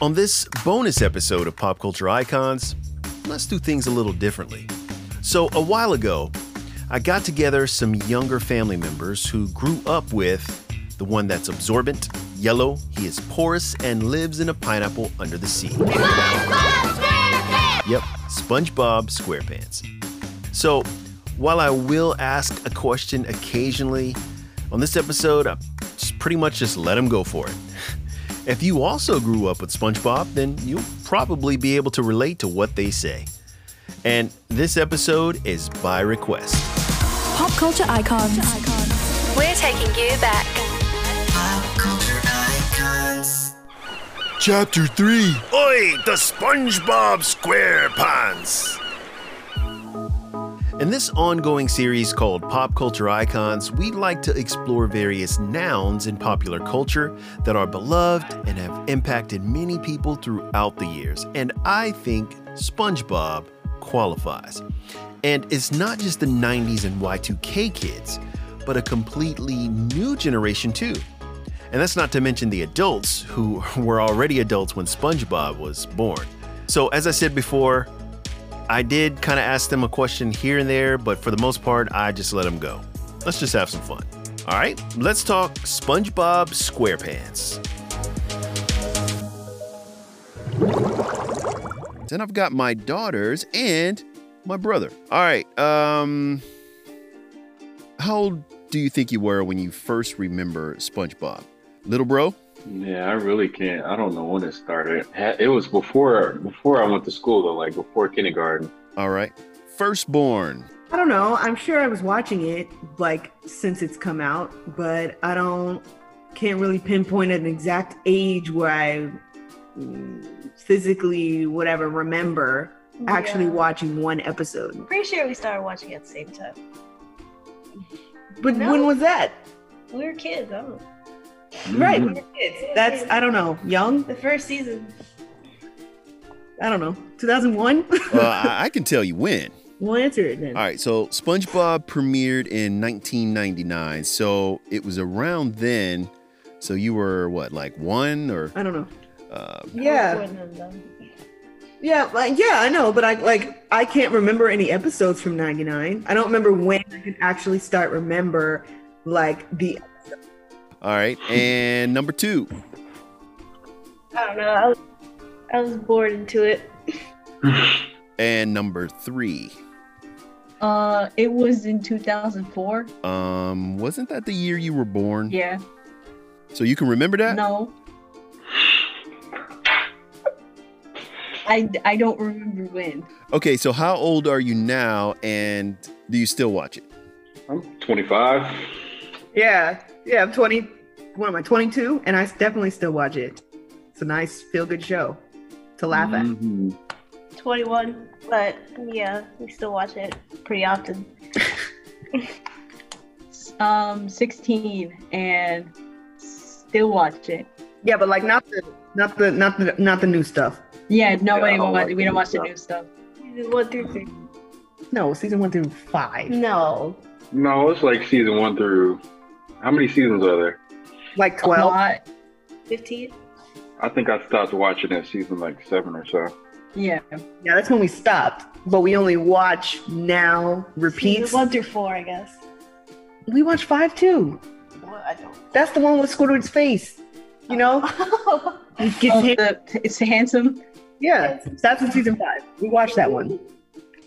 On this bonus episode of Pop Culture Icons, let's do things a little differently. So, a while ago, I got together some younger family members who grew up with the one that's absorbent, yellow, he is porous, and lives in a pineapple under the sea. Yep, SpongeBob SquarePants. So, while I will ask a question occasionally, on this episode, I just pretty much just let him go for it. If you also grew up with SpongeBob, then you'll probably be able to relate to what they say. And this episode is by request. Pop culture icons. We're taking you back. Chapter 3 Oi, the SpongeBob SquarePants! In this ongoing series called Pop Culture Icons, we like to explore various nouns in popular culture that are beloved and have impacted many people throughout the years. And I think SpongeBob qualifies. And it's not just the 90s and Y2K kids, but a completely new generation too. And that's not to mention the adults who were already adults when SpongeBob was born. So, as I said before, I did kind of ask them a question here and there, but for the most part, I just let them go. Let's just have some fun. All right, let's talk SpongeBob SquarePants. Then I've got my daughters and my brother. All right, um, how old do you think you were when you first remember SpongeBob? Little bro? Yeah, I really can't. I don't know when it started. Ha- It was before before I went to school though, like before kindergarten. All right, firstborn. I don't know. I'm sure I was watching it like since it's come out, but I don't can't really pinpoint an exact age where I mm, physically whatever remember actually Yeah. watching one episode. Pretty sure we started watching at the same time. But No. when was that? We were kids. I don't know. Mm-hmm. Right, Mhm. we were kids. That's I don't know. Young? The first season. I don't know. 2001? Uh, I-, I can tell you when. we'll answer it then. All right, so SpongeBob premiered in 1999, so it was around then. So you were what, like one or? I don't know. Uh, I Yeah. was born in them. Yeah, like yeah, I know, but I like I can't remember any episodes from 99. I don't remember when I can actually start remember like the all right, and number two. I don't know. I was, I was bored into it. And number three. Uh, it was in 2004. Um, wasn't that the year you were born? Yeah. So you can remember that? No. I, I don't remember when. Okay, so how old are you now, and do you still watch it? I'm 25. Yeah, yeah, I'm 20. What am I, 22? And I definitely still watch it. It's a nice feel good show to laugh at. Mhm. 21, but yeah, we still watch it pretty often. Um, 16 and still watch it. Yeah, but like not the not the not the not the new stuff. Yeah, nobody I don't watch, like we don't the watch the new new stuff. Season 1 through 3. No, season one through five. No. No, it's like season one through. How many seasons are there? Like A 12. lot. 15? I think I stopped watching at season like seven or so. Yeah. Yeah, that's when we stopped. But we only watch now repeats. Season 1 through 4, I guess. We watch five too. Well, I don't. That's the one with Squidward's face. You know? He gets Oh, hit- the, it's handsome. Yeah. That's in season five. We watched that one.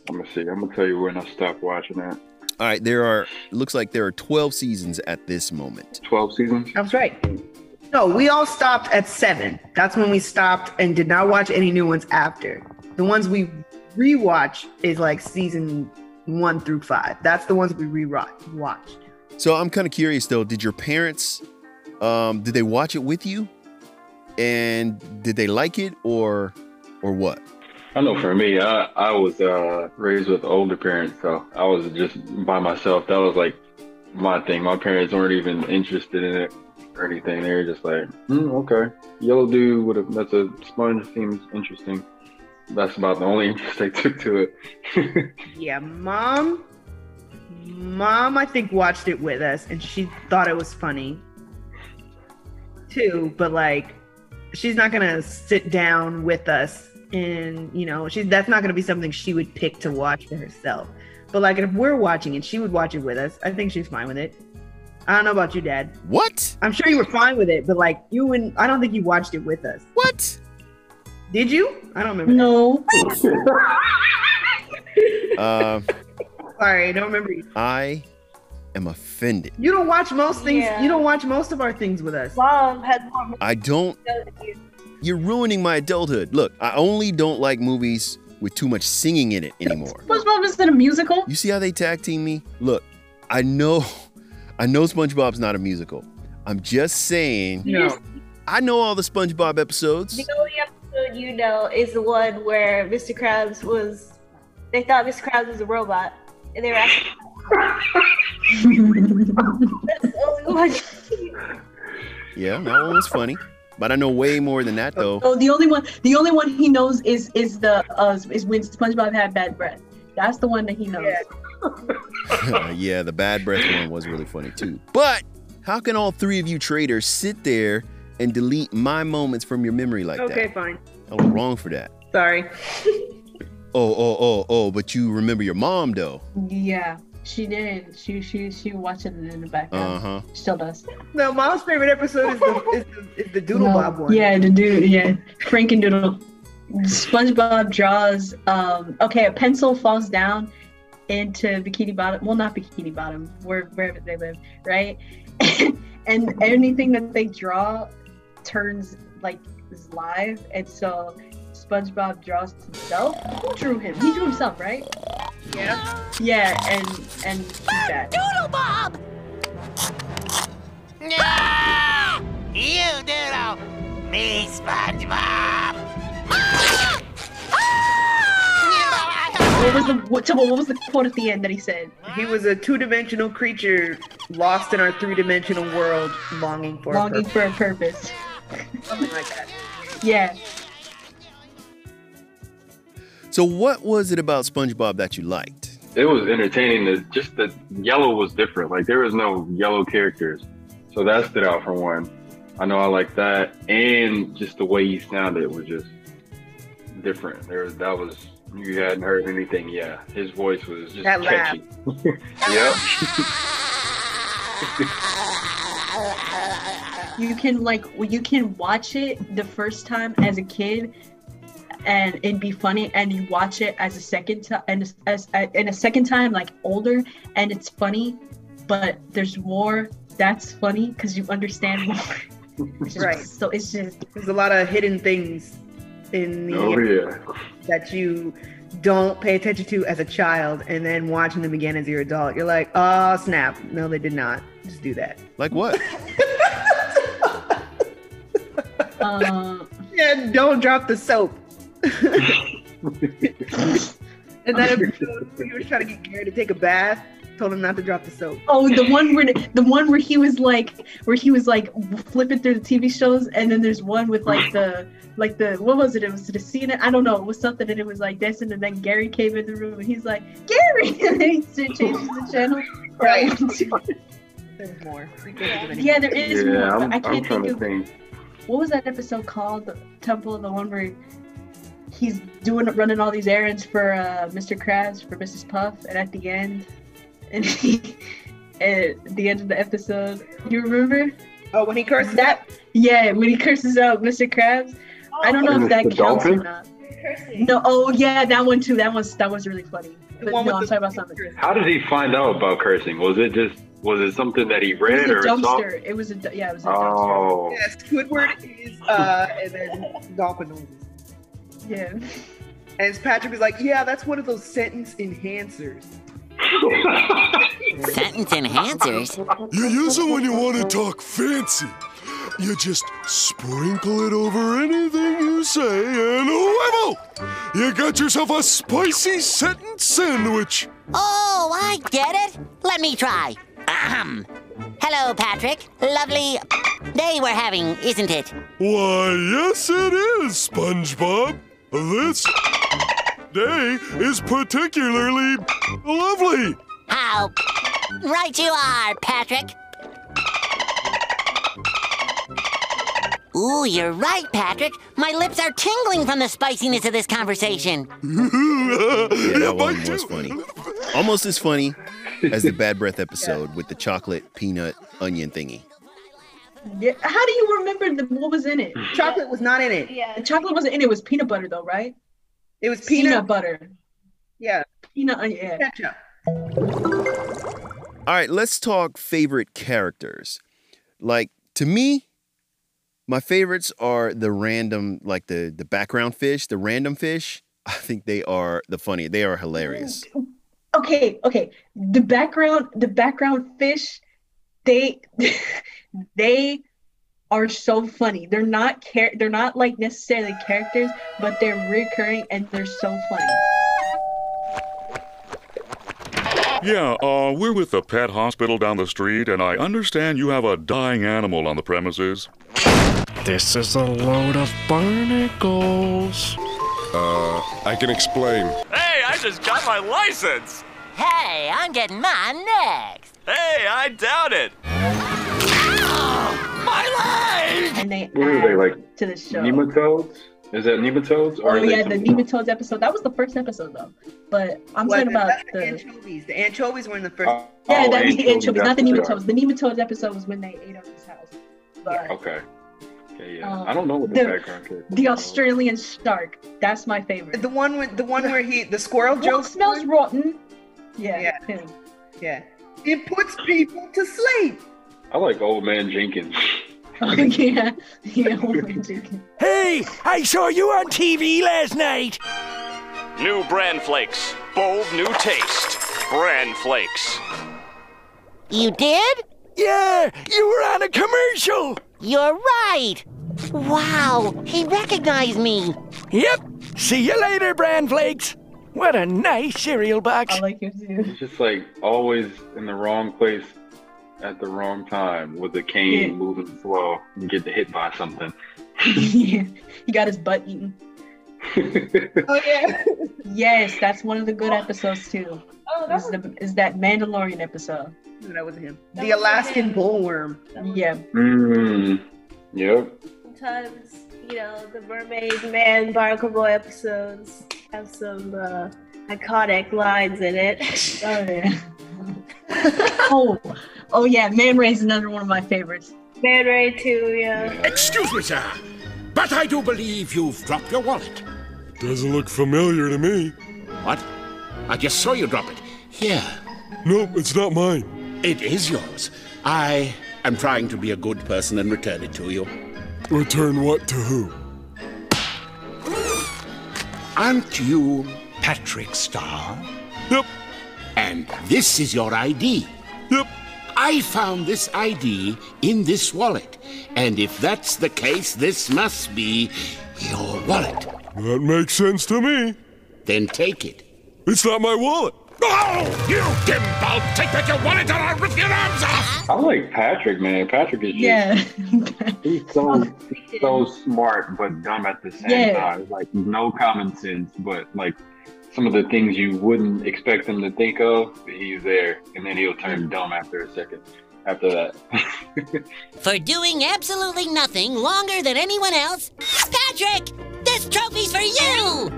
I'm gonna see. I'm gonna tell you when I stopped watching that. All right, there are. Looks like there are 12 seasons at this moment. 12 seasons. I was right. No, we all stopped at seven. That's when we stopped and did not watch any new ones after. The ones we rewatch is like season one through five. That's the ones we rewatch. Watched. So I'm kind of curious though. Did your parents, um, did they watch it with you, and did they like it or, or what? I know for me, I, I was uh, raised with older parents, so I was just by myself. That was like my thing. My parents weren't even interested in it or anything. They were just like, mm, okay, yellow dude with a that's a sponge seems interesting. That's about the only interest they took to it. Yeah, mom. Mom, I think watched it with us, and she thought it was funny too. But like, she's not gonna sit down with us and you know she's that's not gonna be something she would pick to watch for herself but like if we're watching it she would watch it with us i think she's fine with it i don't know about you dad What? i'm sure you were fine with it but like you and i don't think you watched it with us What? did you i don't remember No. Uh, that. sorry i don't remember you. I am offended. you don't watch most things Yeah. you don't watch most of our things with us Mom has more I don't. videos than you. You're ruining my adulthood. Look, I only don't like movies with too much singing in it anymore. SpongeBob is in a musical. You see how they tag team me? Look, I know, I know SpongeBob's not a musical. I'm just saying, No. I know all the SpongeBob episodes. The only episode you know is the one where Mr. Krabs was. They thought Mr. Krabs was a robot, and they were actually. That's the only one. Yeah, that one was funny, but I know way more than that though. oh, the only one, the only one he knows is is the uh, is when SpongeBob had bad breath. That's the one that he knows. Yeah. yeah, the bad breath one was really funny too. But how can all three of you traitors sit there and delete my moments from your memory like okay that? fine I was wrong for that. sorry Oh, oh, oh, oh, but you remember your mom though. Yeah, she did. She she she watched it in the Uh background. huh. Still does. no mom's favorite episode is the, is the, is the doodle No. bob one Yeah, the dude. Yeah, Frank and Doodle. SpongeBob draws. Um, okay, a pencil falls down into Bikini Bottom. Well, not Bikini Bottom, where wherever they live, right? and anything that they draw turns like is live, and so SpongeBob draws himself. Who drew him? He drew himself, right? Yeah. Yeah, and and he's back. No! You doodle! Me, SpongeBob! Ah! Ah! What was the what, Tubbo, what was the quote at the end that he said? He was a two-dimensional creature lost in our three-dimensional world, longing for a Longing purpose, for a purpose. something like that. Yeah. So what was it about SpongeBob that you liked? it was entertaining. The, just the yellow was different. Like there was no yellow characters, so that stood out for one. I know I like that, and just the way he sounded was just different. There was that was you hadn't heard anything. Yeah, his voice was just That laugh. catchy. yep. you can like you can watch it the first time as a kid and it'd be funny and you watch it as a second time and as and a second time like older and it's funny but there's more that's funny because you understand more It's just- Right. so it's just There's a lot of hidden things in the Oh yeah. that you don't pay attention to as a child, and then watching them again as your adult, you're like, oh snap! No, they did not just do that. Like what? um Yeah, don't drop the soap. and that episode, where he was trying to get Gary to take a bath. Told him not to drop the soap. Oh, the one where the one where he was like, where he was like flipping through the TV shows, and then there's one with like the like the what was it? It was the scene. I don't know. It was something, and it was like dancing, and then Gary came in the room, and he's like, Gary, and then he ch- changes the channel. Right. There's more. We can't think of any. yeah, there is Yeah, more. I'm, but I I'm can't trying think to of think. what was that episode called? The Temple, the one where he's doing running all these errands for uh, Mr. Krabs for Mrs. Puff, and at the end, and he, at the end of the episode, you remember? Oh, when he curses that. That yeah, when he curses out Mr. Krabs. I don't know And if that it's counts Oh. the dolphin? or not. No, oh yeah, that one too. That was that was really funny. The But one no, I'm with talking the about something. pictures. How did he find out about cursing? Was it just was it something that he It read or was a saw? dumpster. It was a du- yeah, it was a dumpster. Oh, Yeah, Squidward is uh, and then dolphin noises. Yeah. And Patrick is like, yeah, that's one of those sentence enhancers. Sentence enhancers? You use it when you want to talk fancy. You just sprinkle it over anything you say, and whammo! You got yourself a spicy sentence sandwich. Oh, I get it. Let me try. Ahem. Hello, Patrick. Lovely day we're having, isn't it? Why, yes, it is, SpongeBob. This day is particularly lovely. How right you are, Patrick. Ooh, you're right, Patrick. My lips are tingling from the spiciness of this conversation. Yeah, that one was funny. Almost as funny as the bad breath episode with the chocolate peanut onion thingy. Yeah. How do you remember the, what was in it? Chocolate was not in it. Yeah. The chocolate wasn't in it. It was peanut butter, though, right? It was peanut. butter. Yeah, Peanut onion. Yeah. ketchup. All right, let's talk favorite characters. Like to me, my favorites are the random, like the the background fish, the random fish. I think they are the funny. They are hilarious. Okay. Okay. The background. The background fish. They. they are so funny. They're not char- They're not like necessarily characters, but they're recurring and they're so funny. Yeah, uh, we're with the pet hospital down the street, and I understand you have a dying animal on the premises. This is a load of barnacles. I can explain. Hey, I just got my license! Hey, I'm getting mine next. Hey, I doubt it! And they What are add they, like, to the show. Nematodes? Is that nematodes? Or Oh are they yeah, the some- nematodes episode. That was the first episode though. But I'm Well, talking about that's the anchovies. The anchovies were in the first. Oh, yeah, that was the anchovies, not the that's nematodes. The nematodes episode was when they ate up his house. But what they are. Okay. Okay, yeah. Um, I don't know what the, the- background character the is. Australian shark, that's my favorite. the one with the one where he the squirrel What joke smells rotten. Yeah, Yeah. him. Yeah, it puts people to sleep. I like Old Man Jenkins. Oh, yeah, yeah. oh my chicken. Hey, I saw you on TV last night. New bran flakes. Bold new taste. Bran flakes. You did? Yeah, you were on a commercial. You're right. Wow, he recognized me. Yep. See you later, Bran Flakes. What a nice cereal box. I like him too. He's just like always in the wrong place at the wrong time with the cane Yeah. moving slow and get hit by something. yeah. He got his butt eaten. Oh yeah, Yes, that's one of the good episodes too. Oh, that Is, was the, is that Mandalorian episode? No, that was him. That the was Alaskan him. bullworm. Yeah, mm. Yep. sometimes, you know, the Mermaid Man Barnacle Boy episodes have some uh, iconic lines in it. Oh yeah. oh, oh yeah. Man Ray's another one of my favorites. Man Ray too, yeah. Excuse me, sir, but I do believe you've dropped your wallet. Doesn't look familiar to me. What? I just saw you drop it. Here, Nope, it's not mine. it is yours. I am trying to be a good person and return it to you. Return what to who? Aren't you Patrick Starr? Yep, And this is your ID. yep. I found this ID in this wallet. And if that's the case, this must be your wallet. That makes sense to me. Then take it. It's not my wallet. Oh, you dimball! Take back your wallet or I'll rip your arms off! I like Patrick, man. Patrick is just, Yeah. he's so he's so smart but dumb at the same Yeah. time. Like no common sense, but like some of the things you wouldn't expect him to think of, he's there, and then he'll turn dumb after a second. After that, For doing absolutely nothing longer than anyone else. Patrick, this trophy's for you.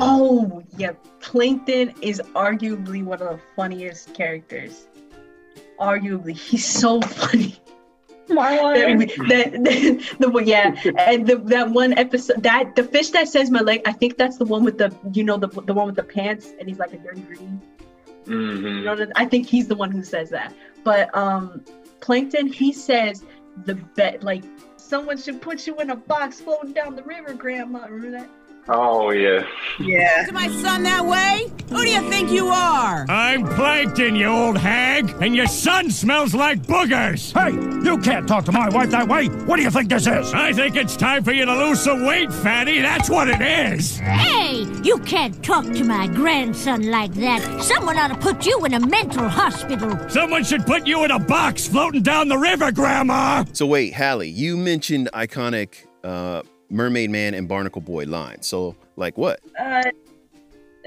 oh yeah. Plankton is arguably one of the funniest characters. Arguably, he's so funny. That, that, that- the one- yeah, and the, that one episode that the fish that says my leg. I think that's the one with the you know the the one with the pants, and he's like a dirty green. You Mhm. know, I think he's the one who says that. But um, Plankton, he says the bet like someone should put you in a box floating down the river, Grandma. Remember that? oh yeah, Yeah, to my son that way? Who do you think you are? I'm Plankton, you old hag, and your son smells like boogers! Hey, you can't talk to my wife that way! What do you think this is? I think it's time for you to lose some weight, fatty, that's what it is! Hey, you can't talk to my grandson like that. Someone ought to put you in a mental hospital. Someone should put you in a box floating down the river, Grandma! So wait, Hallie, you mentioned iconic uh, Mermaid Man and Barnacle Boy lines. So like what? Uh, I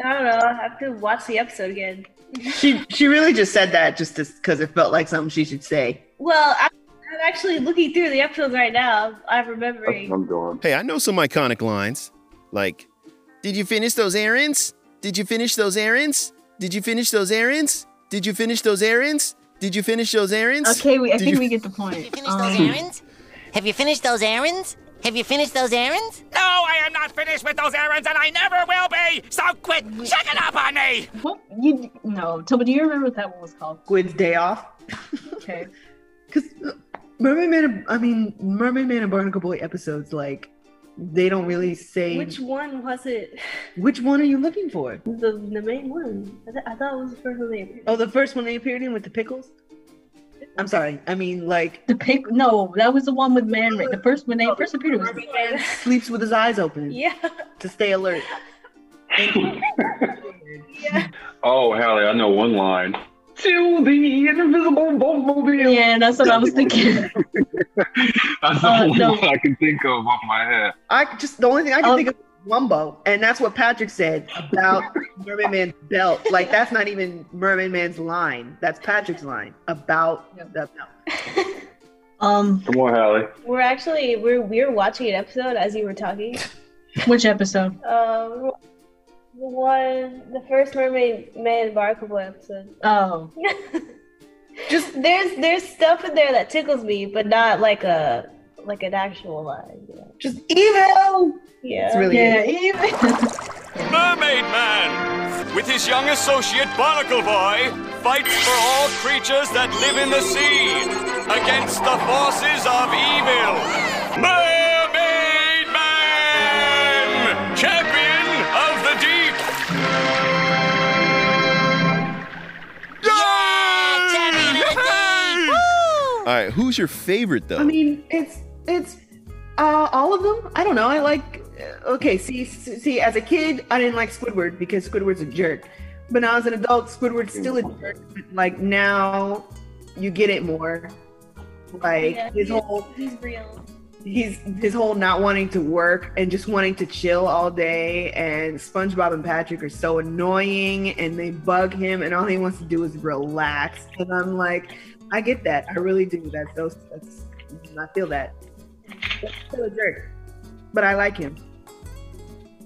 don't know. I have to watch the episode again. she she really just said that just because it felt like something she should say. Well, I, I'm actually looking through the episodes right now. I'm remembering. Hey, I know some iconic lines like, Did you finish those errands? Did you finish those errands? Did you finish those errands? Did you finish those errands? Did you finish those errands? Okay, we, I Did think you- we get the point. Those errands? Have you finished those errands? Have you finished those errands? No, I am not finished with those errands, and I never will be. So quit checking up on me. What you no, Toby? Do you remember what that one was called? Gwen's day off. uh, Okay. Mermaid Man, and- I mean Mermaid Man and Barnacle Boy episodes like they don't really say Which one was it? which one are you looking for? The, the main one. I, th- I thought it was the first one they appeared. Oh, the first one they appeared in with the pickles. I'm sorry. I mean, like the pick. No, that was the one with Man Ray. The first when they first appeared it was sleeps with his eyes open. Yeah. To stay alert. Oh, Hallie, I know one line. to the invisible Bumblebee. Yeah, that's what I was thinking. That's the Uh, only no. one I can think of off my head. I just the only thing I can Um, think of is Wumbo, and that's what Patrick said about Mermaid Man's belt. Like that's not even Mermaid Man's line. That's Patrick's line about the belt. Um, Come on, Hallie. We're actually we're we're watching an episode as you were talking. Which episode? Um, the one the first Mermaid Man Barnacle Boy episode. Oh. Just there's there's stuff in there that tickles me, but not like a like an actual line. You know? Just evil. Yeah. It's really yeah. it. Evil. Mermaid Man, with his young associate Barnacle Boy, fights for all creatures that live in the sea against the forces of evil. Mermaid Man, champion of the deep. All right, who's your favorite though? I mean, it's it's uh, all of them. I don't know. I like uh, okay. See, see, as a kid, I didn't like Squidward because Squidward's a jerk. But now as an adult, Squidward's still a jerk. But like now, you get it more. Like Yeah, his he- whole He's real. he's his whole not wanting to work and just wanting to chill all day. And SpongeBob and Patrick are so annoying, and they bug him, and all he wants to do is relax. And I'm like, I get that. I really do. That's so. That's, I feel that. He's still a jerk, but I like him.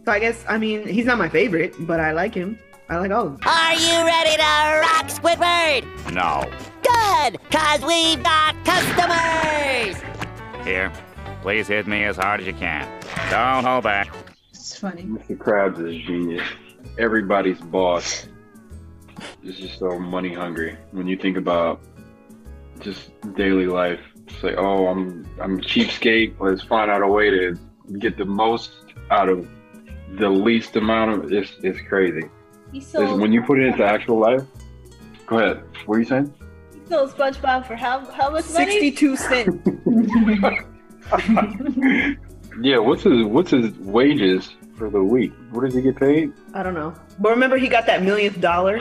So I guess I mean he's not my favorite, but I like him. I like all of them. Are you ready to rock, Squidward? No. Good, cause we've got customers! Here, please hit me as hard as you can. Don't hold back. It's funny. Mr. Krabs is genius. Everybody's boss. It's just so money hungry. When you think about just daily life, it's like, oh, I'm I'm a cheapskate. Let's find out a way to get the most out of the least amount of. It's it's crazy. He It's- sold when you put it into actual life, go ahead. What are you saying? he sold SpongeBob for how how much money? Sixty-two cents. Yeah. What's his What's his wages for the week? What does he get paid? I don't know, but remember he got that millionth dollar,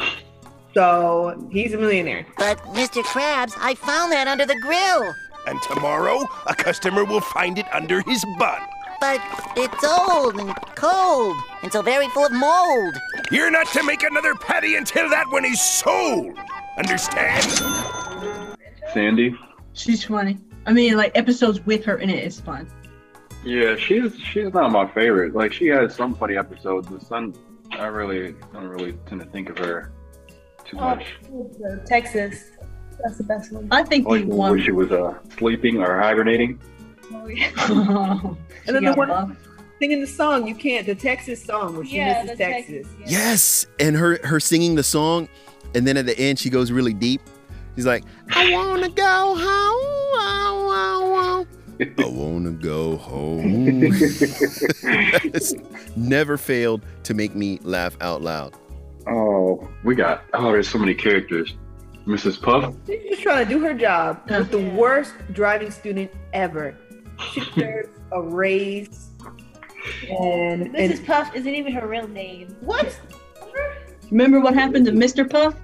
so he's a millionaire. But Mr. Krabs, I found that under the grill. And tomorrow, a customer will find it under his bun. But it's old and cold, and so very full of mold. You're not to make another patty until that one is sold. Understand? Sandy. She's funny. I mean, like episodes with her in it is fun. Yeah, she's she's not my favorite. Like she has some funny episodes, but some I really don't really tend to think of her too Oh, much. the Texas. That's the best one. I think Like when she was uh, sleeping or hibernating. and then the got one singing the song, you can't, the Texas song where she Yeah, misses the Texas. Yes, and her her singing the song, and then at the end she goes really deep. She's like, I wanna go home. wow, wow, wow. I wanna go home. it's never failed to make me laugh out loud. Oh, we got oh, there's so many characters. Mrs. Puff. She's just trying to do her job with the worst driving student ever. She deserves a raise. And, Mrs. and Puff isn't even her real name. What? Remember what happened to Mr. Puff?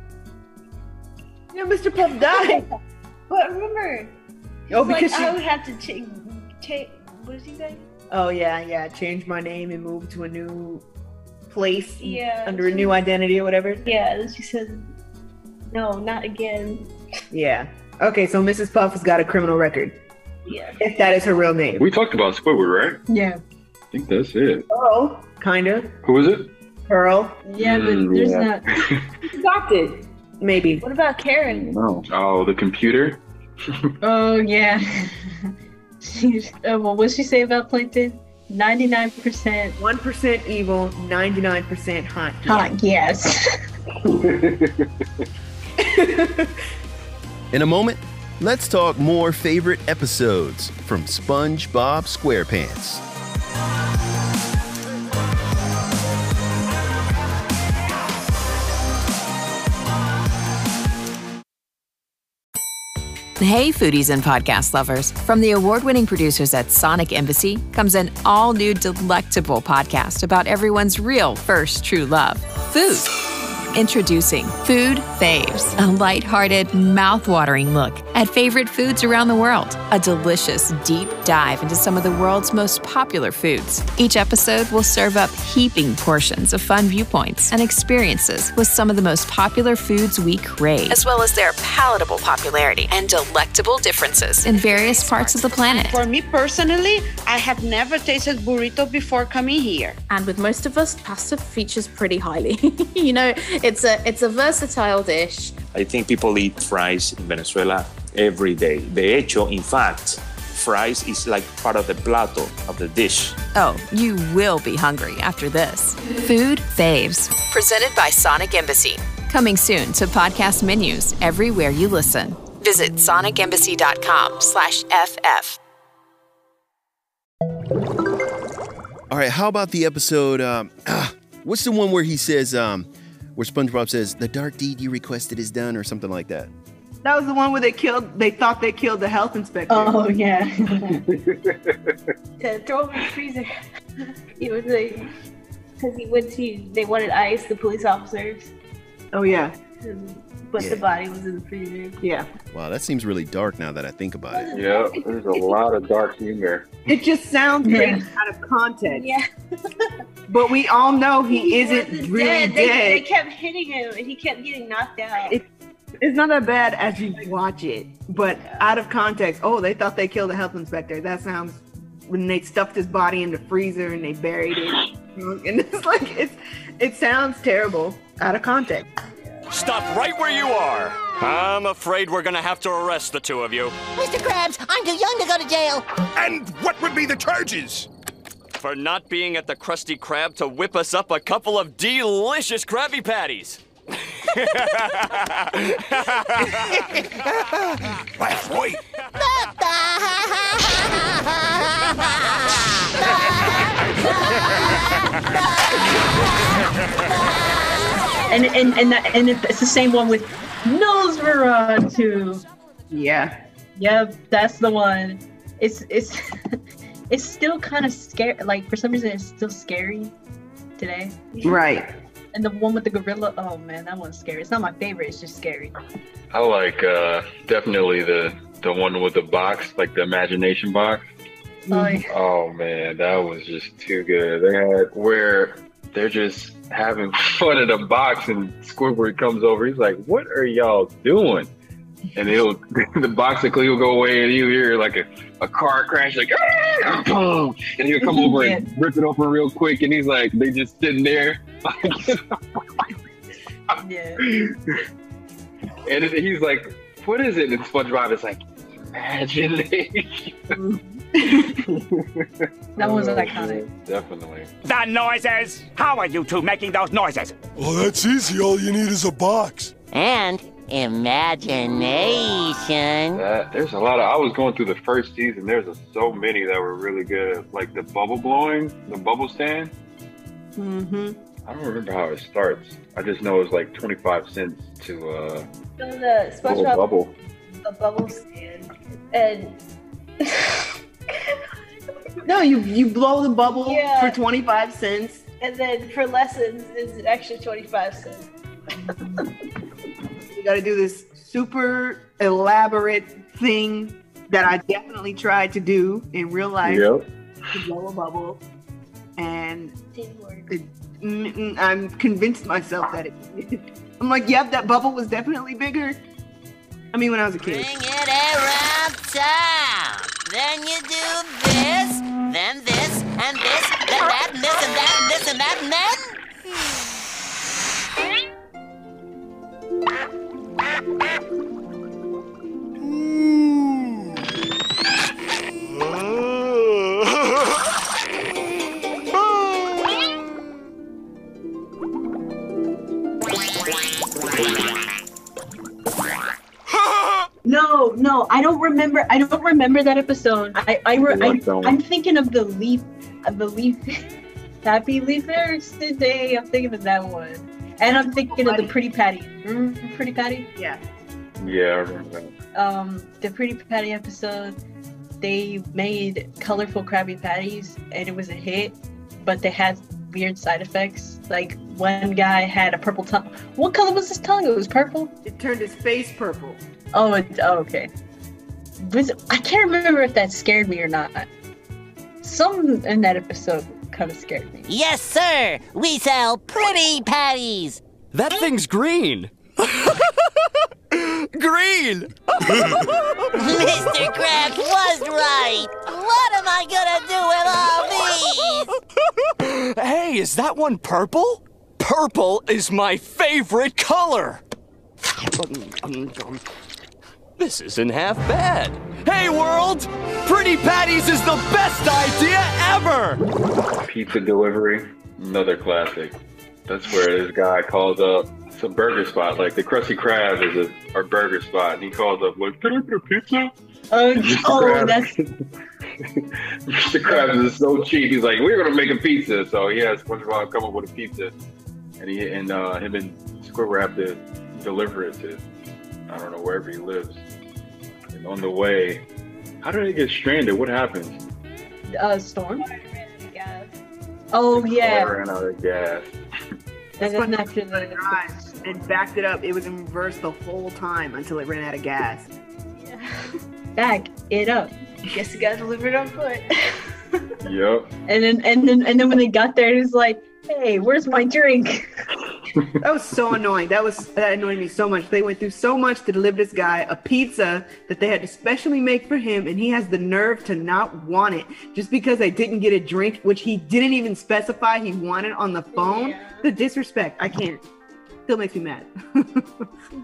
yeah, Mr. Puff died. But remember, Oh, it's like, because she- I would have to change. Cha- what did she say? oh yeah, yeah. I Changed my name and moved to a new place Yeah, under a she- new identity or whatever. Yeah, and she said No, not again. Yeah. Okay, so Mrs. Puff has got a criminal record. Yeah. If that is her real name. We talked about Squidward, right? Yeah. I think that's it. Pearl, kind of. Who is it? Pearl. Yeah, but Mm, there's yeah. not. Adopted. Maybe. What about Karen? No. Oh, the computer. Oh yeah. She's- uh, well, what'd she say about Plankton? Ninety-nine percent 1% evil, 99% hot. hot. Yes. In a moment, let's talk more favorite episodes from SpongeBob SquarePants. Hey, foodies and podcast lovers. From the award winning producers at Sonic Embassy comes an all new delectable podcast about everyone's real first true love food. Introducing Food Faves, a lighthearted, mouthwatering look at favorite foods around the world. A delicious deep dive into some of the world's most popular foods. Each episode will serve up heaping portions of fun viewpoints and experiences with some of the most popular foods we crave, as well as their palatable popularity and delectable differences in various parts of the planet. For me personally, I have never tasted burrito before coming here. and with most of us pasta features pretty highly you know it's a it's a versatile dish I think people eat fries in Venezuela every day. De hecho, in fact, fries is like part of the plato of the dish. Oh, you will be hungry after this. Food Faves, presented by Sonic Embassy. Coming soon to podcast menus everywhere you listen. Visit sonicembassy.com slash FF. All right, how about the episode? Um, ah, what's the one where he says, um, where SpongeBob says, the dark deed you requested is done, or something like that? That was the one where they killed, they thought they killed the health inspector. Oh, yeah. To throw him in the freezer. he was like, because he went to, they wanted ice, the police officers, Oh, yeah. but Yeah. the body was in the freezer. Yeah. Wow, that seems really dark now that I think about it. Yeah, there's a lot of dark humor. It just sounds Yeah. crazy out of context. Yeah. But we all know he isn't really Dead. dead. They, they kept hitting him and he kept getting knocked out. It- it's not that bad as you watch it, but out of context, oh, they thought they killed the health inspector. That sounds when they stuffed his body in the freezer and they buried it. And it's like it's it sounds terrible out of context. Stop right where you are. I'm afraid we're gonna have to arrest the two of you Mr. Krabs, I'm too young to go to jail. And what would be the charges? For not being at the Krusty Krab to whip us up a couple of delicious Krabby Patties. Wait, and and and, that, and it's the same one with nose Verona too. Yeah. Yep, that's the one. It's it's it's still kind of scary. Like for some reason, it's still scary today. Right. And the one with the gorilla. Oh man, that one's scary. It's not my favorite. It's just scary. I like uh, definitely the the one with the box, like the imagination box. Oh, yeah. Oh man, that was just too good. They had where they're just having fun in a box, and Squidward comes over. He's like, "What are y'all doing?" And it'll the box will clearly go away, and you hear like a, a car crash, like "Ah!" boom, and he'll come over and rip it open real quick. And he's like, they just sitting there, Yeah. and it- he's like, "What is it?" And SpongeBob is like, "Imagination." Oh, That one's iconic. Definitely. The noises! How are you two making those noises? Well, that's easy. All you need is a box. And imagination. That, there's a lot of. I was going through the first season. There's a, so many that were really good, like the bubble blowing, the bubble stand. Mm-hmm. I don't remember how it starts. I just know it's like 25 cents to uh, So the little SpongeBob bubble. a bubble stand, and No, you you blow the bubble Yeah. for twenty five cents. and then for lessons is an extra twenty five cents. You gotta do this super elaborate thing that I definitely tried to do in real life. Yep. To blow a bubble. and it, mm, mm, I'm convinced myself that it. I'm like, yep, that bubble was definitely bigger. I mean, when I was a kid. Get around town. Then you do this, then this, and this, then that, and this, and that, and this, and that, and that. No, no, I don't remember. I don't remember that episode. I, I, re- I I like that one. I'm thinking of the leaf, of the leaf, happy leafers today. I'm thinking of that one, and I'm thinking of the pretty patty. Remember pretty patty? Yeah. Yeah, I remember that. Um, the pretty patty episode. They made colorful Krabby Patties, and it was a hit, but they had weird side effects. Like one guy had a purple tongue. What color was his tongue? It was purple. It turned his face purple. Oh, it, oh okay. Was I can't remember if that scared me or not. Some in that episode kind of scared me. Yes, sir. We sell pretty patties. That thing's green. green. Mr. Krabs was right. What am I gonna do with all these? hey, is that one purple? Purple is my favorite color. This isn't half bad. Hey, world! Pretty Patties is the best idea ever! Pizza delivery, another classic. That's where this guy calls up some burger spot, like the Krusty Krab is a, our burger spot, and he calls up like, "Can I get a pizza?" Oh, Mr. oh, Krabs- that's Mr. Krabs is so cheap. He's like, "We're gonna make a pizza," so he has SpongeBob come up with a pizza, and he and uh, him and Squidward have to deliver it to I don't know wherever he lives. And on the way, how did they get stranded? What happens? uh, storm. Oh yeah, Ran out of gas. and then after the drive and backed it up. It was in reverse the whole time until it ran out of gas. back it up. Guess you got delivered on foot. Yep. And then and then and then when they got there, it was like, hey, where's my drink? That was so annoying. That was that annoyed me so much. They went through so much to deliver this guy a pizza that they had to specially make for him, and he has the nerve to not want it just because they didn't get a drink, which he didn't even specify he wanted on the phone. The disrespect, I can't. Still makes me mad.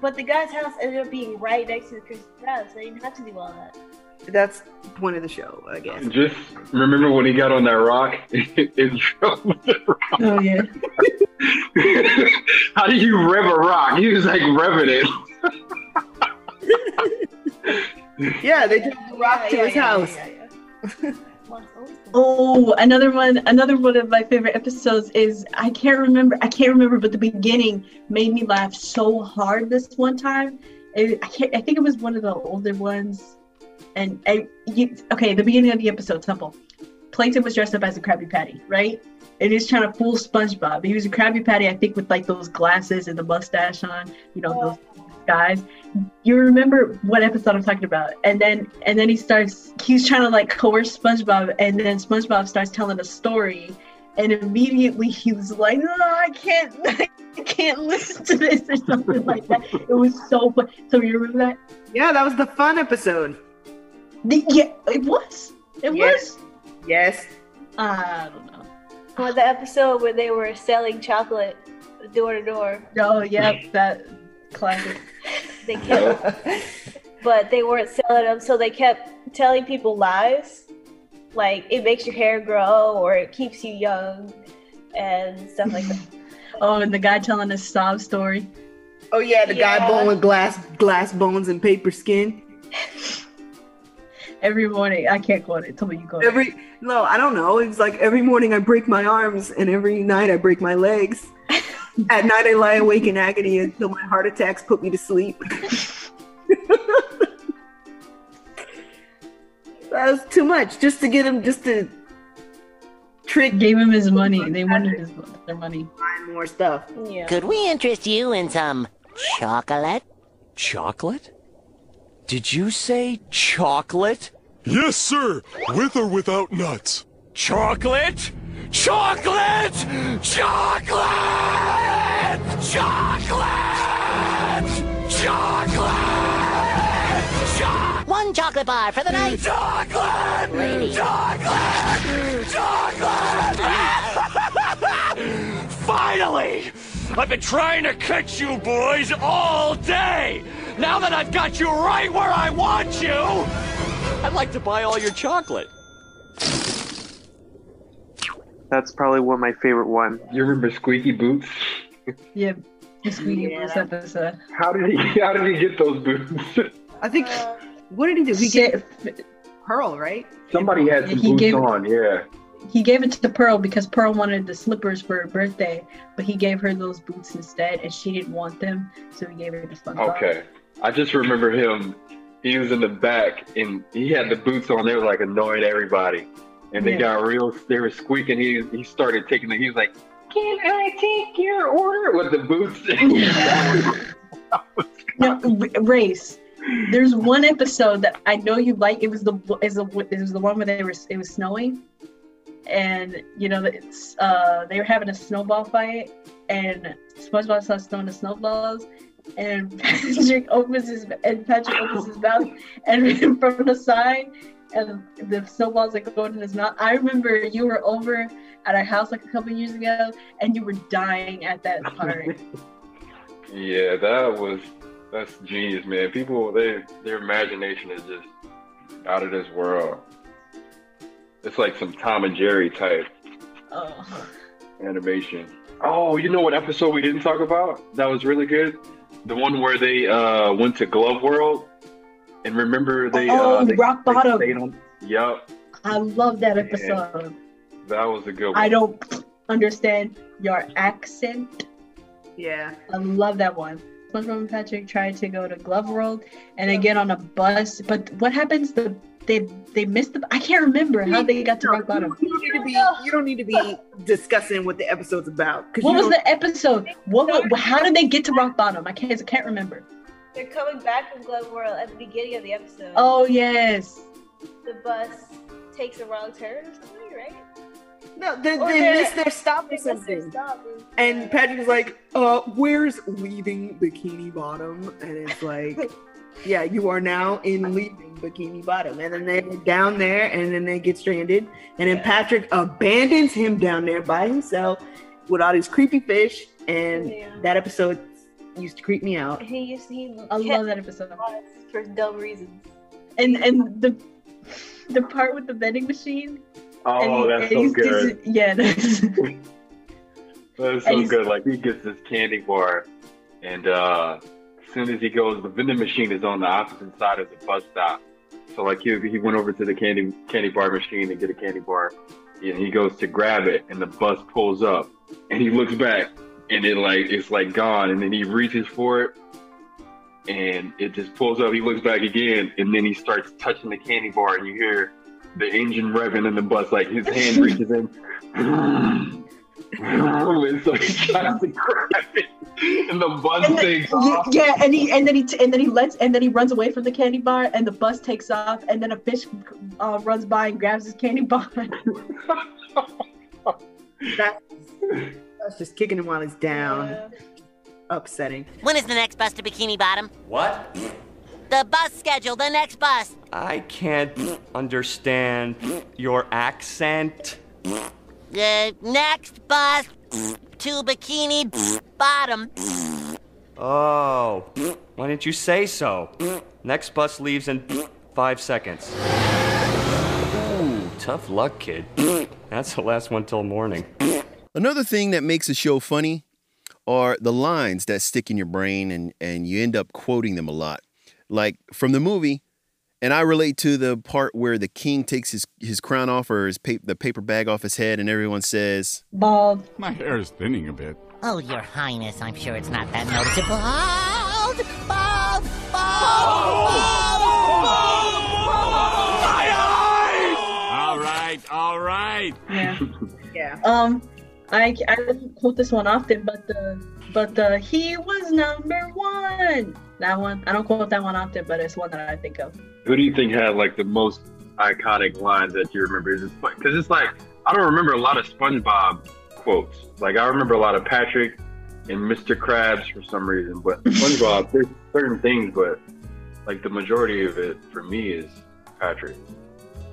But the guy's house ended up being right next to the Christmas Krabs, so you didn't have to do all that. That's the point of the show, I guess. Just remember when he got on that rock and drove with the rock. Oh yeah. How do you rev a rock? He was like revving it. Yeah, they drove the rock to yeah, his yeah, house. Oh, another one, another one of my favorite episodes is I can't remember, I can't remember, but the beginning made me laugh so hard this one time. It, I can't, I think it was one of the older ones, and I, you, okay, the beginning of the episode, Temple, Plankton was dressed up as a Krabby Patty, right? And he was trying to fool SpongeBob. He was a Krabby Patty, I think, with like those glasses and the mustache on, you know, those guys. You remember what episode I'm talking about? And then and then he starts he's trying to like coerce SpongeBob and then SpongeBob starts telling a story and immediately he was like, "No, I can't I can't listen to this or something like that. It was so fun. So you remember that? Yeah, that was the fun episode. yeah, it was. It Yes. was. Yes. I don't know. Well, the episode where they were selling chocolate door to door, Oh yeah, that classic. they kept, but they weren't selling them, so they kept telling people lies, like it makes your hair grow or it keeps you young, and stuff like that. Oh, and the guy telling a sob story. Oh yeah, the guy Yeah. bone with glass glass bones and paper skin. Every morning, I can't quote it. Tell me you go. Every no, I don't know. It's like every morning I break my arms and every night I break my legs. At night I lie awake in agony until my heart attacks put me to sleep. that was too much just to get him just to trick gave him his money. They wanted his their money. Buy more stuff. Yeah. Could we interest you in some chocolate? Chocolate? Did you say chocolate? Yes, sir. With or without nuts. Chocolate? Chocolate! Chocolate! Chocolate! Chocolate! Chocolate! One chocolate bar for the night. Chocolate! Chocolate! Chocolate! Finally! I've been trying to catch you boys all day! Now that I've got you right where I want you, I'd like to buy all your chocolate. That's probably one of my favorite one. You remember Squeaky Boots? Yeah, this Squeaky Blues episode. How did he? How did he get those boots? I think. What did he do? He gave Pearl, right? Somebody had some He boots gave- on. Yeah. He gave it to Pearl because Pearl wanted the slippers for her birthday, but he gave her those boots instead, and she didn't want them, so he gave her the SpongeBob. Okay. I just remember him. He was in the back and he had the boots on. They were like annoying everybody, and they Yeah. got real. They were squeaking. He he started taking the. He was like Can I take your order? with the boots. No, r- race. There's one episode that I know you like. It was the is the it was the one where they were it was snowing, and you know it's uh they were having a snowball fight, and SpongeBob starts throwing the snowballs, and Patrick opens his and Patrick opens his mouth and from the side, and the snowballs that go in his mouth. I remember you were over at our house like a couple years ago, and you were dying at that part. yeah, that was that's genius, man. People, they their imagination is just out of this world. It's like some Tom and Jerry type oh. animation. Oh, you know what episode we didn't talk about? That was really good. The one where they uh, went to Glove World, and remember they uh, Oh, they, rock bottom. they don't. Yep, I love that episode. that was a good one. I don't understand your accent. Yeah. I love that one. SpongeBob and Patrick tried to go to Glove World and they get on a bus, but what happens? The they they missed the. I can't remember how they got to Rock Bottom. You don't need to be. You don't need to be discussing what the episode's about. 'cause What you was don't- the episode? What, what? How did they get to Rock Bottom? I can't. I can't remember. They're coming back from Glove World at the beginning of the episode. Oh yes. The bus takes a wrong turn or something, right? No, they, Or they they're- missed their stop or something. And Patrick's like, uh, where's leaving Bikini Bottom? And it's like, yeah, you are now in leaving Bikini Bottom. And then they're down there and then they get stranded. And then Patrick abandons him down there by himself with all these creepy fish. And that episode used to creep me out. He used to, he I kept love that episode. us for dumb reasons. And and the the part with the vending machine. Oh, And- that's and so he's- good. Yeah. that's- That's and so he's- good. Like he gets this candy bar, and uh, as soon as he goes, the vending machine is on the opposite side of the bus stop. So like he he went over to the candy candy bar machine to get a candy bar, and he goes to grab it, and the bus pulls up, and he looks back, and it like it's like gone, and then he reaches for it. And it just pulls up. He looks back again, and then he starts touching the candy bar, and you hear the engine revving in the bus. Like his hand reaches in, and so he tries to grab it, and the bus And then- thing's off. yeah, and he and then he t- and then he lets and then he runs away from the candy bar, and the bus takes off, and then a fish uh, runs by and grabs his candy bar. That, that's just kicking him while he's down. Upsetting. When is the next bus to Bikini Bottom? What? The bus schedule, the next bus. I can't understand your accent. The next bus to Bikini Bottom. Oh, why didn't you say so? Next bus leaves in five seconds. Ooh, tough luck, kid. That's the last one till morning. Another thing that makes a show funny are the lines that stick in your brain and, and you end up quoting them a lot. Like from the movie, and I relate to the part where the king takes his, his crown off or his pa- the paper bag off his head and everyone says, Bald. My hair is thinning a bit. Oh, Your Highness, I'm sure it's not that noticeable. Bald! Bald! All right, all right. Yeah. yeah. Um, I I don't quote this one often, but the but the he was number one. That one I don't quote that one often, but it's one that I think of. Who do you think had like the most iconic lines that you remember? Because it's, like, 'cause it's like I don't remember a lot of SpongeBob quotes. Like I remember a lot of Patrick and Mr. Krabs for some reason, but SpongeBob. there's certain things, but like the majority of it for me is Patrick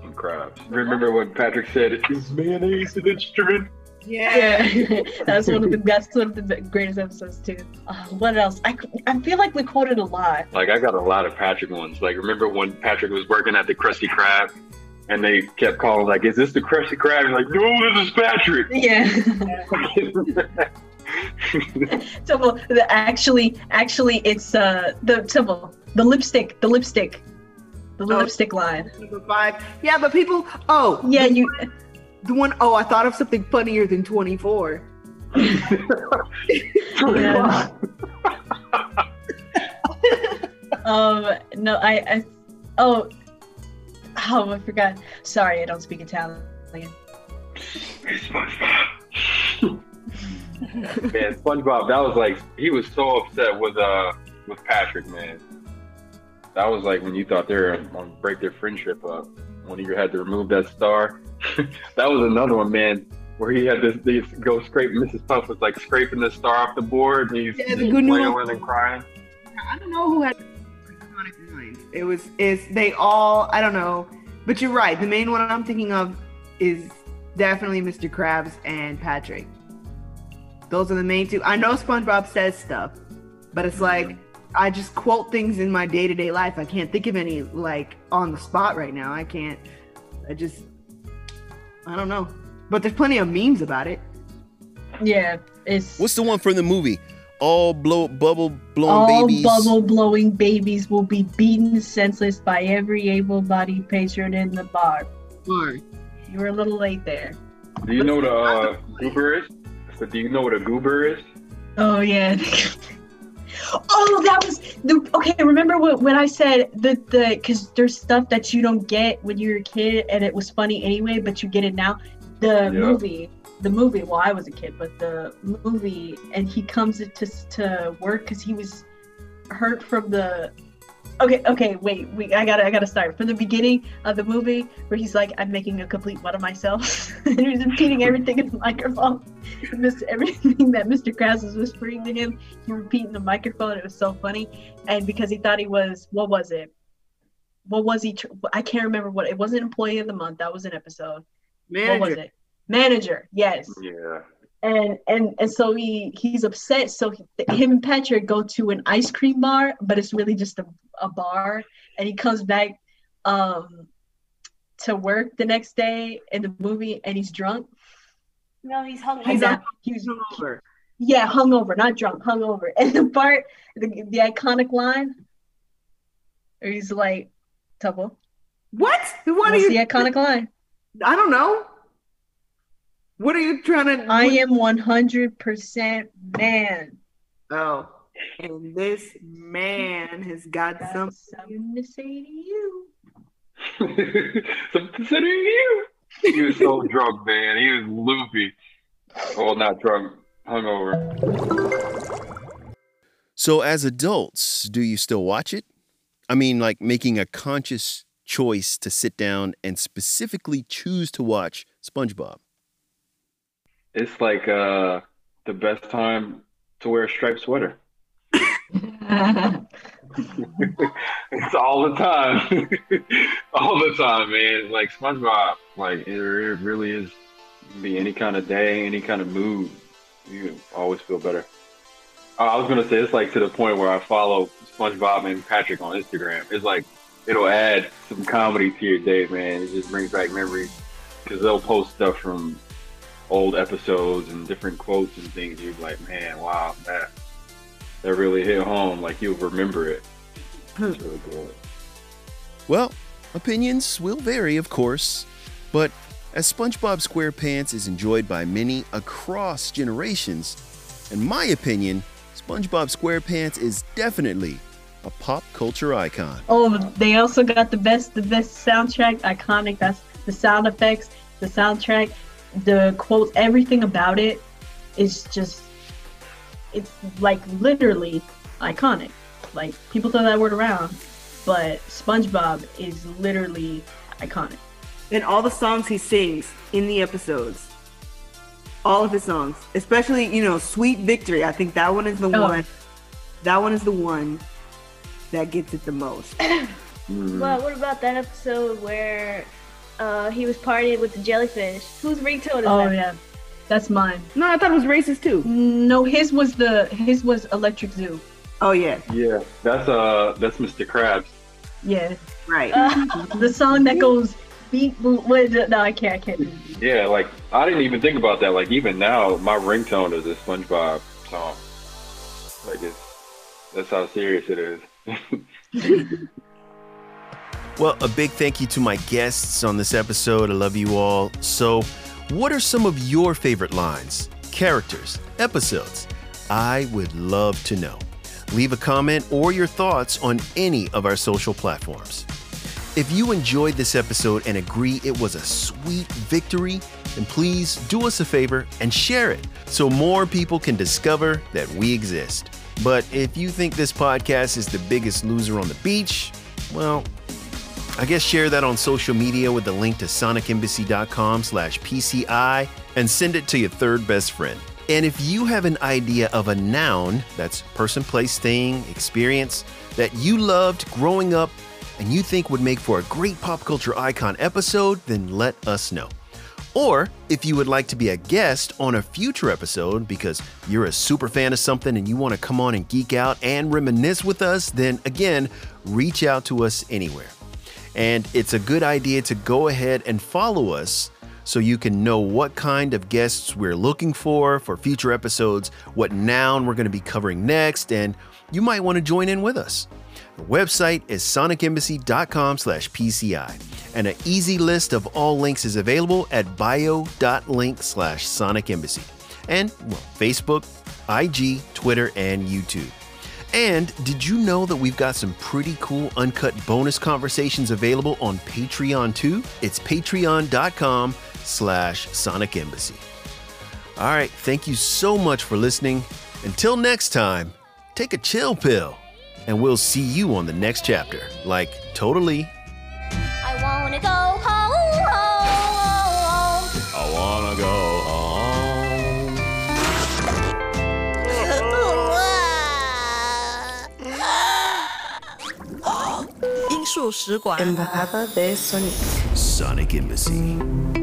and Krabs. Remember what Patrick said? Is mayonnaise an instrument? Yeah, that's one of the that's one of the greatest episodes too. Uh, what else? I, I feel like we quoted a lot. Like I got a lot of Patrick ones. Like remember when Patrick was working at the Krusty Krab, and they kept calling like, "Is this the Krusty Krab?" And like, no, this is Patrick. Yeah. Temple, the, actually, actually, it's uh the Temple, the lipstick, the lipstick, the Oh. lipstick line. Number five. Yeah, but people. Oh, yeah, you. the one oh, I thought of something funnier than twenty four. Yeah. um, no, I, I, oh, oh, I forgot. Sorry, I don't speak Italian. man, SpongeBob, that was like he was so upset with uh with Patrick, man. That was like when you thought they were gonna break their friendship up. When you had to remove that star. that was another one, man, where he had this, this go scrape Mrs. Puff was like scraping the star off the board and he's Yeah, the he's good news- flailing and crying. I don't know who had iconic lines. It was is they all I don't know, but you're right. The main one I'm thinking of is definitely Mr. Krabs and Patrick. Those are the main two. I know SpongeBob says stuff, but it's like Mm-hmm. I just quote things in my day to day life. I can't think of any like on the spot right now. I can't. I just I don't know. But there's plenty of memes about it. Yeah, it's What's the one from the movie? All blow bubble blowing all babies. bubble blowing babies will be beaten senseless by every able-bodied patron in the bar. You were a little late there. Do you know what a uh, goober is? So do you know what a goober is? Oh yeah. oh, that was the okay. Remember what, when I said that the because there's stuff that you don't get when you're a kid, and it was funny anyway, but you get it now. The Yeah. movie, the movie. Well, I was a kid, but the movie, and he comes to to work because he was hurt from the. Okay, okay, wait, wait. I gotta, I gotta start from the beginning of the movie where he's like, "I'm making a complete one of myself," and he's repeating everything in the microphone. Miss everything that Mr. Krabs was whispering to him. He repeated the microphone. It was so funny, and because he thought he was, what was it? What was he? Tr- I can't remember what it wasn't. Employee of the month. That was an episode. What was Manager. it? Manager. Yes Yeah. and and and so he he's upset so he, him and patrick go to an ice cream bar but it's really just a, a bar and he comes back um to work the next day in the movie and he's drunk No, he's hung. He's up. up. He's hungover. yeah hungover not drunk hungover and the part the, the iconic line where he's like double what what are you the iconic line i don't know what are you trying to i am 100% man Oh. And this man has got some something to say to you. Something to you. He was so drunk, man. He was loopy. Well, not drunk, hungover. So, as adults, do you still watch it? I mean, like making a conscious choice to sit down and specifically choose to watch SpongeBob. It's like uh, the best time to wear a striped sweater. it's all the time, all the time, man. Like SpongeBob, like it, it really is. Be any kind of day, any kind of mood, you always feel better. I I was gonna say it's like to the point where I follow SpongeBob and Patrick on Instagram. It's like it'll add some comedy to your day, man. It just brings back memories because they'll post stuff from old episodes and different quotes and things. You're like, man, wow, that that really hit home. Like you'll remember it. It's really cool. Well, opinions will vary, of course, but as SpongeBob SquarePants is enjoyed by many across generations, in my opinion, SpongeBob SquarePants is definitely a pop culture icon. Oh, they also got the best, the best soundtrack, iconic. That's the sound effects, the soundtrack, the quotes, everything about it is just, it's like literally iconic. Like people throw that word around, but SpongeBob is literally iconic. and all the songs he sings in the episodes. All of his songs, especially you know "Sweet Victory." I think that one is the Oh. one. That one is the one that gets it the most. Mm. Well, what about that episode where uh, he was partying with the jellyfish? Whose ringtone is Oh, that? yeah. That's mine. No, I thought it was racist too. No, his was the his was Electric Zoo. Oh yeah. Yeah, that's uh, that's Mr. Krabs. Yeah. Right. the song that goes beat. bl- What, is it? no, I can't. I can't. Yeah, like I didn't even think about that. Like even now, my ringtone is a SpongeBob song. Like it's that's how serious it is. Well, a big thank you to my guests on this episode. I love you all. So, what are some of your favorite lines, characters, episodes? I would love to know. Leave a comment or your thoughts on any of our social platforms. If you enjoyed this episode and agree it was a sweet victory, then please do us a favor and share it so more people can discover that we exist. But if you think this podcast is the biggest loser on the beach, well, I guess share that on social media with the link to sonicembassy.com slash PCI and send it to your third best friend. And if you have an idea of a noun, that's person, place, thing, experience, that you loved growing up and you think would make for a great pop culture icon episode, then let us know. Or if you would like to be a guest on a future episode because you're a super fan of something and you want to come on and geek out and reminisce with us, then again, reach out to us anywhere. And it's a good idea to go ahead and follow us so you can know what kind of guests we're looking for for future episodes, what noun we're going to be covering next, and you might want to join in with us. The website is sonicembassy.com slash PCI, and an easy list of all links is available at bio.link slash sonicembassy, and well, Facebook, IG, Twitter, and YouTube. And did you know that we've got some pretty cool uncut bonus conversations available on Patreon too? It's patreon.com slash Sonic Embassy. All right, thank you so much for listening. Until next time, take a chill pill, and we'll see you on the next chapter. Like, totally. I wanna go home. I wanna go home. Sonic Embassy.